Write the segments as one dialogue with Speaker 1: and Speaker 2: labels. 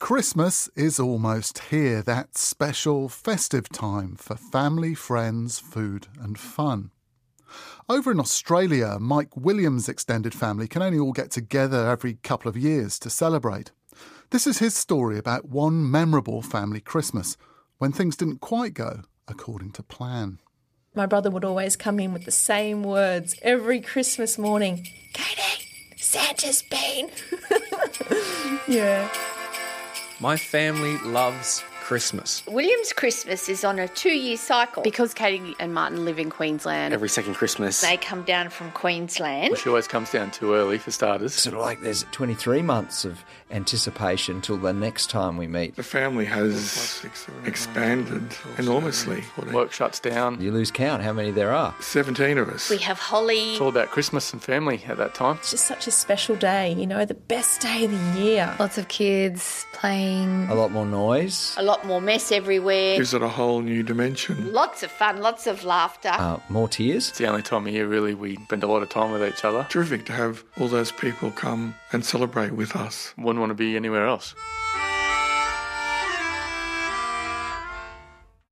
Speaker 1: Christmas is almost here, that special festive time for family, friends, food, and fun. Over in Australia, Mike Williams' extended family can only all get together every couple of years to celebrate. This is his story about one memorable family Christmas when things didn't quite go according to plan.
Speaker 2: My brother would always come in with the same words every Christmas morning Katie, Santa's been. yeah.
Speaker 3: My family loves Christmas.
Speaker 4: William's Christmas is on a two year cycle.
Speaker 5: Because Katie and Martin live in Queensland,
Speaker 6: Every second Christmas.
Speaker 4: They come down from Queensland.
Speaker 3: Well, she always comes down too early for starters.
Speaker 7: sort of like there's 23 months of anticipation till the next time we meet.
Speaker 8: The family has expanded enormously.
Speaker 3: Work shuts down.
Speaker 7: You lose count how many there are.
Speaker 8: 17 of us.
Speaker 4: We have Holly.
Speaker 3: It's all about Christmas and family at that time.
Speaker 2: It's just such a special day, you know, the best day of the year.
Speaker 5: lots of kids playing.
Speaker 7: A lot more noise,
Speaker 4: A lot more mess everywhere.
Speaker 8: Is it a whole new dimension?
Speaker 4: Lots of fun, lots of laughter.
Speaker 7: uh, more tears.
Speaker 3: It's the only time of year really we spend a lot of time with each other.
Speaker 8: Terrific to have all those people come and celebrate with us.
Speaker 3: Wouldn't want to be anywhere else.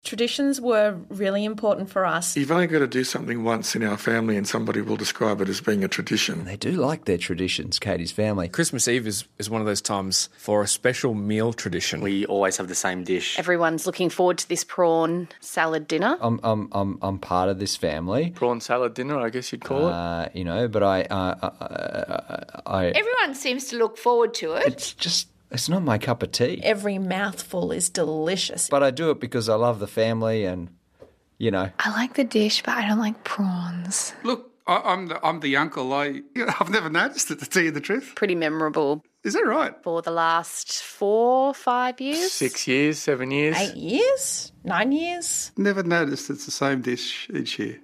Speaker 2: Traditions were really important for us.
Speaker 8: You've only got to do something once in our family, and somebody will describe it as being a tradition.
Speaker 7: They do like their traditions, Katie's family.
Speaker 9: Christmas Eve is, is one of those times for a special meal tradition.
Speaker 6: We always have the same dish.
Speaker 5: Everyone's looking forward to this prawn salad dinner.
Speaker 7: I'm, I'm, I'm, I'm part of this family,
Speaker 3: Prawn salad dinner, I guess you'd call it.
Speaker 7: uh, you know, but I, uh, I, I,
Speaker 4: Everyone seems to look forward to it.
Speaker 7: it's just, it's not my cup of tea.
Speaker 2: Every mouthful is delicious.
Speaker 7: But I do it because I love the family and, you know,
Speaker 5: I like the dish, but I don't like prawns.
Speaker 8: Look, I, I'm, the, I'm the uncle. I, I've never noticed it, to tell you the truth.
Speaker 5: Pretty memorable
Speaker 8: Is that right?
Speaker 5: for the last four, five years.
Speaker 3: Six years, seven years.
Speaker 2: Eight years? Nine years?
Speaker 8: Never noticed it's the same dish each year.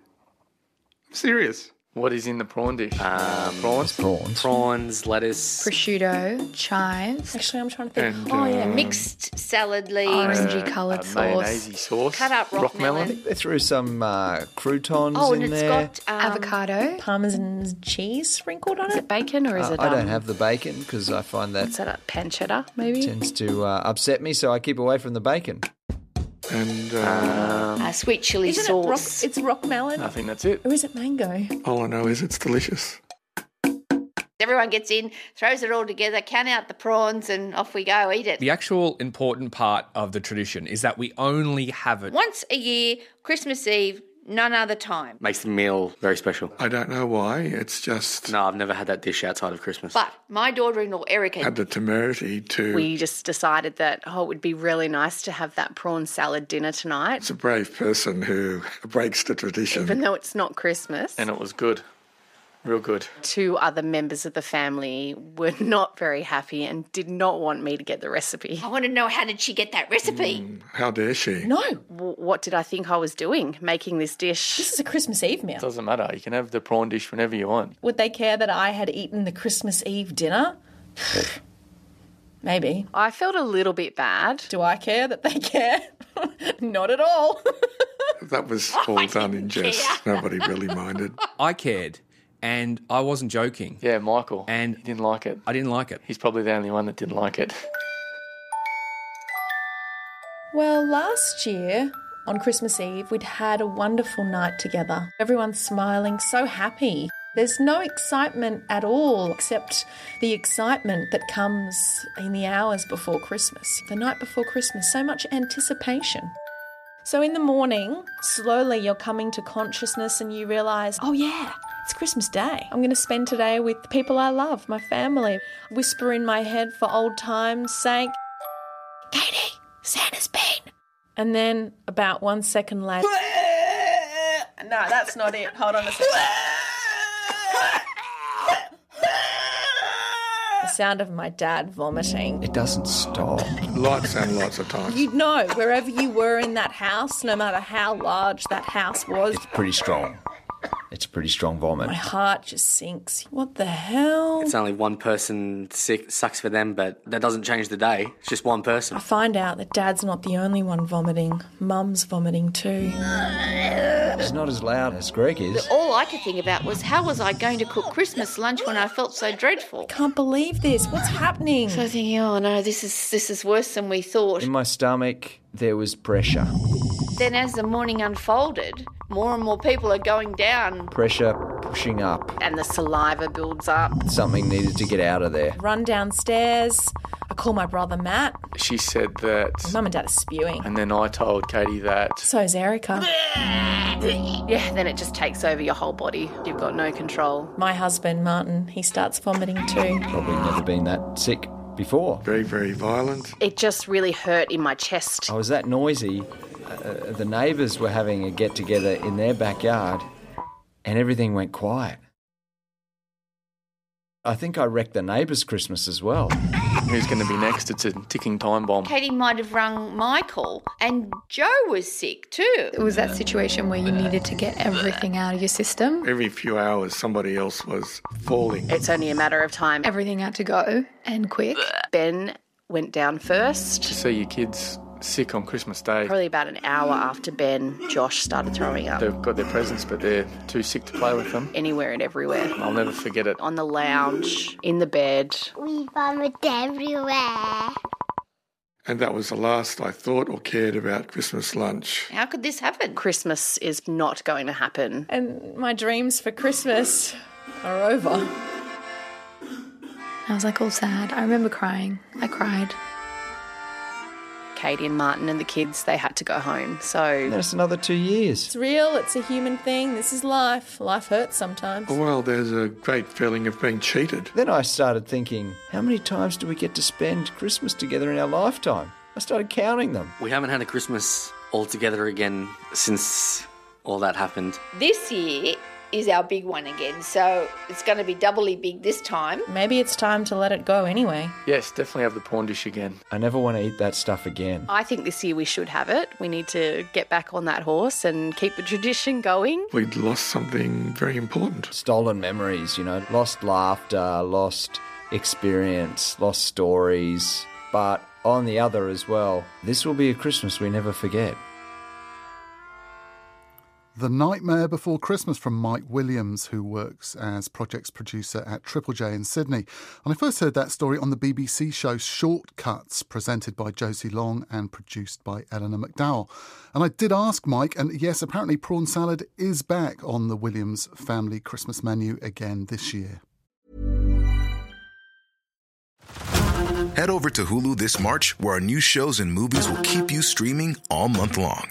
Speaker 8: I'm serious.
Speaker 3: What is in the prawn dish?
Speaker 6: Um,
Speaker 3: Prawns?
Speaker 7: prawns.
Speaker 6: prawns, lettuce.
Speaker 5: Prosciutto, chives,
Speaker 2: Actually, I'm trying to think.
Speaker 8: And,
Speaker 2: oh,
Speaker 3: um,
Speaker 2: yeah.
Speaker 4: Mm. Mixed salad leaves,
Speaker 5: orangey coloured sauce,
Speaker 3: Mayonnaise uh, sauce.
Speaker 4: cut up rock, melon.
Speaker 7: They threw some uh, croutons
Speaker 4: Oh,
Speaker 7: in
Speaker 4: and it's
Speaker 7: there.
Speaker 4: got um,
Speaker 5: avocado.
Speaker 2: Parmesan cheese sprinkled on
Speaker 5: Is
Speaker 2: it.
Speaker 5: it bacon or is
Speaker 7: Uh,
Speaker 5: it?
Speaker 7: I
Speaker 5: um,
Speaker 7: don't have the bacon because I find
Speaker 5: Is
Speaker 7: that
Speaker 5: that a pancetta, maybe?
Speaker 7: tends to uh, upset me, so I keep away from the bacon.
Speaker 8: And uh,
Speaker 4: uh, sweet chili
Speaker 2: Isn't it rock?
Speaker 4: sauce.
Speaker 2: It's rock melon.
Speaker 3: I think that's it.
Speaker 2: Or is it mango?
Speaker 8: all I know is it's delicious.
Speaker 4: Everyone gets in, throws it all together, count out the prawns, and off we go, eat it.
Speaker 9: The actual important part of the tradition is that we only have it.
Speaker 4: Once a year, Christmas Eve, none other time.
Speaker 6: Makes the meal very special.
Speaker 8: I don't know why. It's just
Speaker 6: No, I've never had that dish outside of Christmas.
Speaker 4: But my daughter in law, Erica,
Speaker 8: had the temerity to.
Speaker 5: We just decided that, oh, it would be really nice to have that prawn salad dinner tonight,
Speaker 8: It's a brave person who breaks the tradition.
Speaker 5: even though it's not Christmas.
Speaker 3: And it was good. Real good.
Speaker 5: Two other members of the family were not very happy and did not want me to get the recipe.
Speaker 4: I want to know how did she get that recipe?
Speaker 8: How dare she?
Speaker 2: No,
Speaker 5: W- What did I think I was doing making this dish?
Speaker 2: this is a Christmas Eve meal.
Speaker 3: Doesn't matter. You can have the prawn dish whenever you want.
Speaker 2: Would they care that I had eaten the Christmas Eve dinner? Maybe.
Speaker 5: I felt a little bit bad.
Speaker 2: Do I care that they care? Not at all.
Speaker 8: That was all done in jest. Nobody really minded.
Speaker 9: I cared, and I wasn't joking.
Speaker 3: Yeah, Michael.
Speaker 9: And-
Speaker 3: he didn't like it.
Speaker 9: I didn't like it.
Speaker 3: He's probably the only one that didn't like it.
Speaker 2: well, last year on Christmas Eve, we'd had a wonderful night together. Everyone's smiling, so happy. There's no excitement at all except the excitement that comes in the hours before Christmas, the night before Christmas, so much anticipation. So in the morning, slowly you're coming to consciousness and you realize, oh yeah, it's Christmas Day. I'm going to spend today with the people I love, my family. Whisper in my head for old time's sake, Katie, Santa's been. And then about one second later, no, that's not it. Hold on a second. The sound of my dad vomiting.
Speaker 7: It doesn't stop.
Speaker 8: Lots and lots of times.
Speaker 2: You'd know wherever you were in that house, no matter how large that house was.
Speaker 7: It's pretty strong. It's a pretty strong vomit.
Speaker 2: My heart just sinks. What the hell?
Speaker 6: It's only one person sick sucks for them, but that doesn't change the day. It's just one person.
Speaker 2: I find out that dad's not the only one vomiting. Mum's vomiting too.
Speaker 7: It's not as loud as Greg is.
Speaker 4: All I could think about was how was I going to cook Christmas lunch when I felt so dreadful?
Speaker 2: Can't believe this. What's happening?
Speaker 4: So thinking, oh no, this is this is worse than we thought.
Speaker 7: In my stomach, there was pressure.
Speaker 4: Then as the morning unfolded, more and more people are going down.
Speaker 7: Pressure pushing up.
Speaker 5: and the saliva builds up.
Speaker 7: Something needed to get out of there.
Speaker 2: Run downstairs. I call my brother Matt.
Speaker 3: She said that,
Speaker 2: Mum and dad are spewing.
Speaker 3: and then I told Katie that.
Speaker 2: So's Erica.
Speaker 5: Yeah, then it just takes over your whole body. You've got no control.
Speaker 2: My husband, Martin, he starts vomiting too.
Speaker 7: Probably never been that sick before.
Speaker 8: Very, very violent.
Speaker 5: It just really hurt in my chest.
Speaker 7: I was that noisy. Uh, the neighbours were having a get together in their backyard and everything went quiet. I think I wrecked the neighbours' Christmas as well.
Speaker 3: Who's going to be next? It's a ticking time bomb.
Speaker 4: Katie might have rung Michael, and Joe was sick too.
Speaker 10: It was that situation where you needed to get everything out of your system,
Speaker 8: Every few hours, somebody else was falling.
Speaker 5: It's only a matter of time.
Speaker 10: everything out to go and quick.
Speaker 5: Ben went down
Speaker 3: To
Speaker 5: first.
Speaker 3: see your kids sick on Christmas Day.
Speaker 5: Probably about an hour after Ben, Josh started throwing up
Speaker 3: They've got their presents, but they're too sick to play with them.
Speaker 5: anywhere and everywhere.
Speaker 3: I'll never forget it.
Speaker 5: On the lounge, in the bed.
Speaker 11: We vomit everywhere.
Speaker 8: And that was the last I thought or cared about Christmas lunch.
Speaker 4: How could this happen?
Speaker 5: Christmas is not going to happen.
Speaker 2: And my dreams for Christmas are over.
Speaker 10: I was like all sad. I remember crying. I cried.
Speaker 5: Katie and Martin and the kids, they had to go home.
Speaker 7: And
Speaker 5: So
Speaker 7: then it's another two years.
Speaker 2: It's real, it's a human thing. This is life. Life hurts sometimes.
Speaker 8: Well, there's a great feeling of being cheated.
Speaker 7: Then I started thinking, how many times do we get to spend Christmas together in our lifetime? I started counting them.
Speaker 6: We haven't had a Christmas all together again since all that happened.
Speaker 4: This year is our big one again, so it's going to be doubly big this time.
Speaker 2: Maybe it's time to let it go anyway.
Speaker 3: Yes, definitely have the prawn dish again.
Speaker 7: I never want to eat that stuff again.
Speaker 5: I think this year we should have it. We need to get back on that horse and keep the tradition going.
Speaker 8: We'd lost something very important.
Speaker 7: Stolen memories, you know, lost laughter, lost experience, lost stories. But on the other as well, this will be a Christmas we never forget.
Speaker 1: The Nightmare Before Christmas from Mike Williams, who works as projects producer at Triple J in Sydney. And I first heard that story on the BBC show Shortcuts, presented by Josie Long and produced by Eleanor McDowell. And I did ask Mike, and yes, apparently prawn salad is back on the Williams family Christmas menu again this year.
Speaker 12: Head over to Hulu this March, where our new shows and movies will keep you streaming all month long.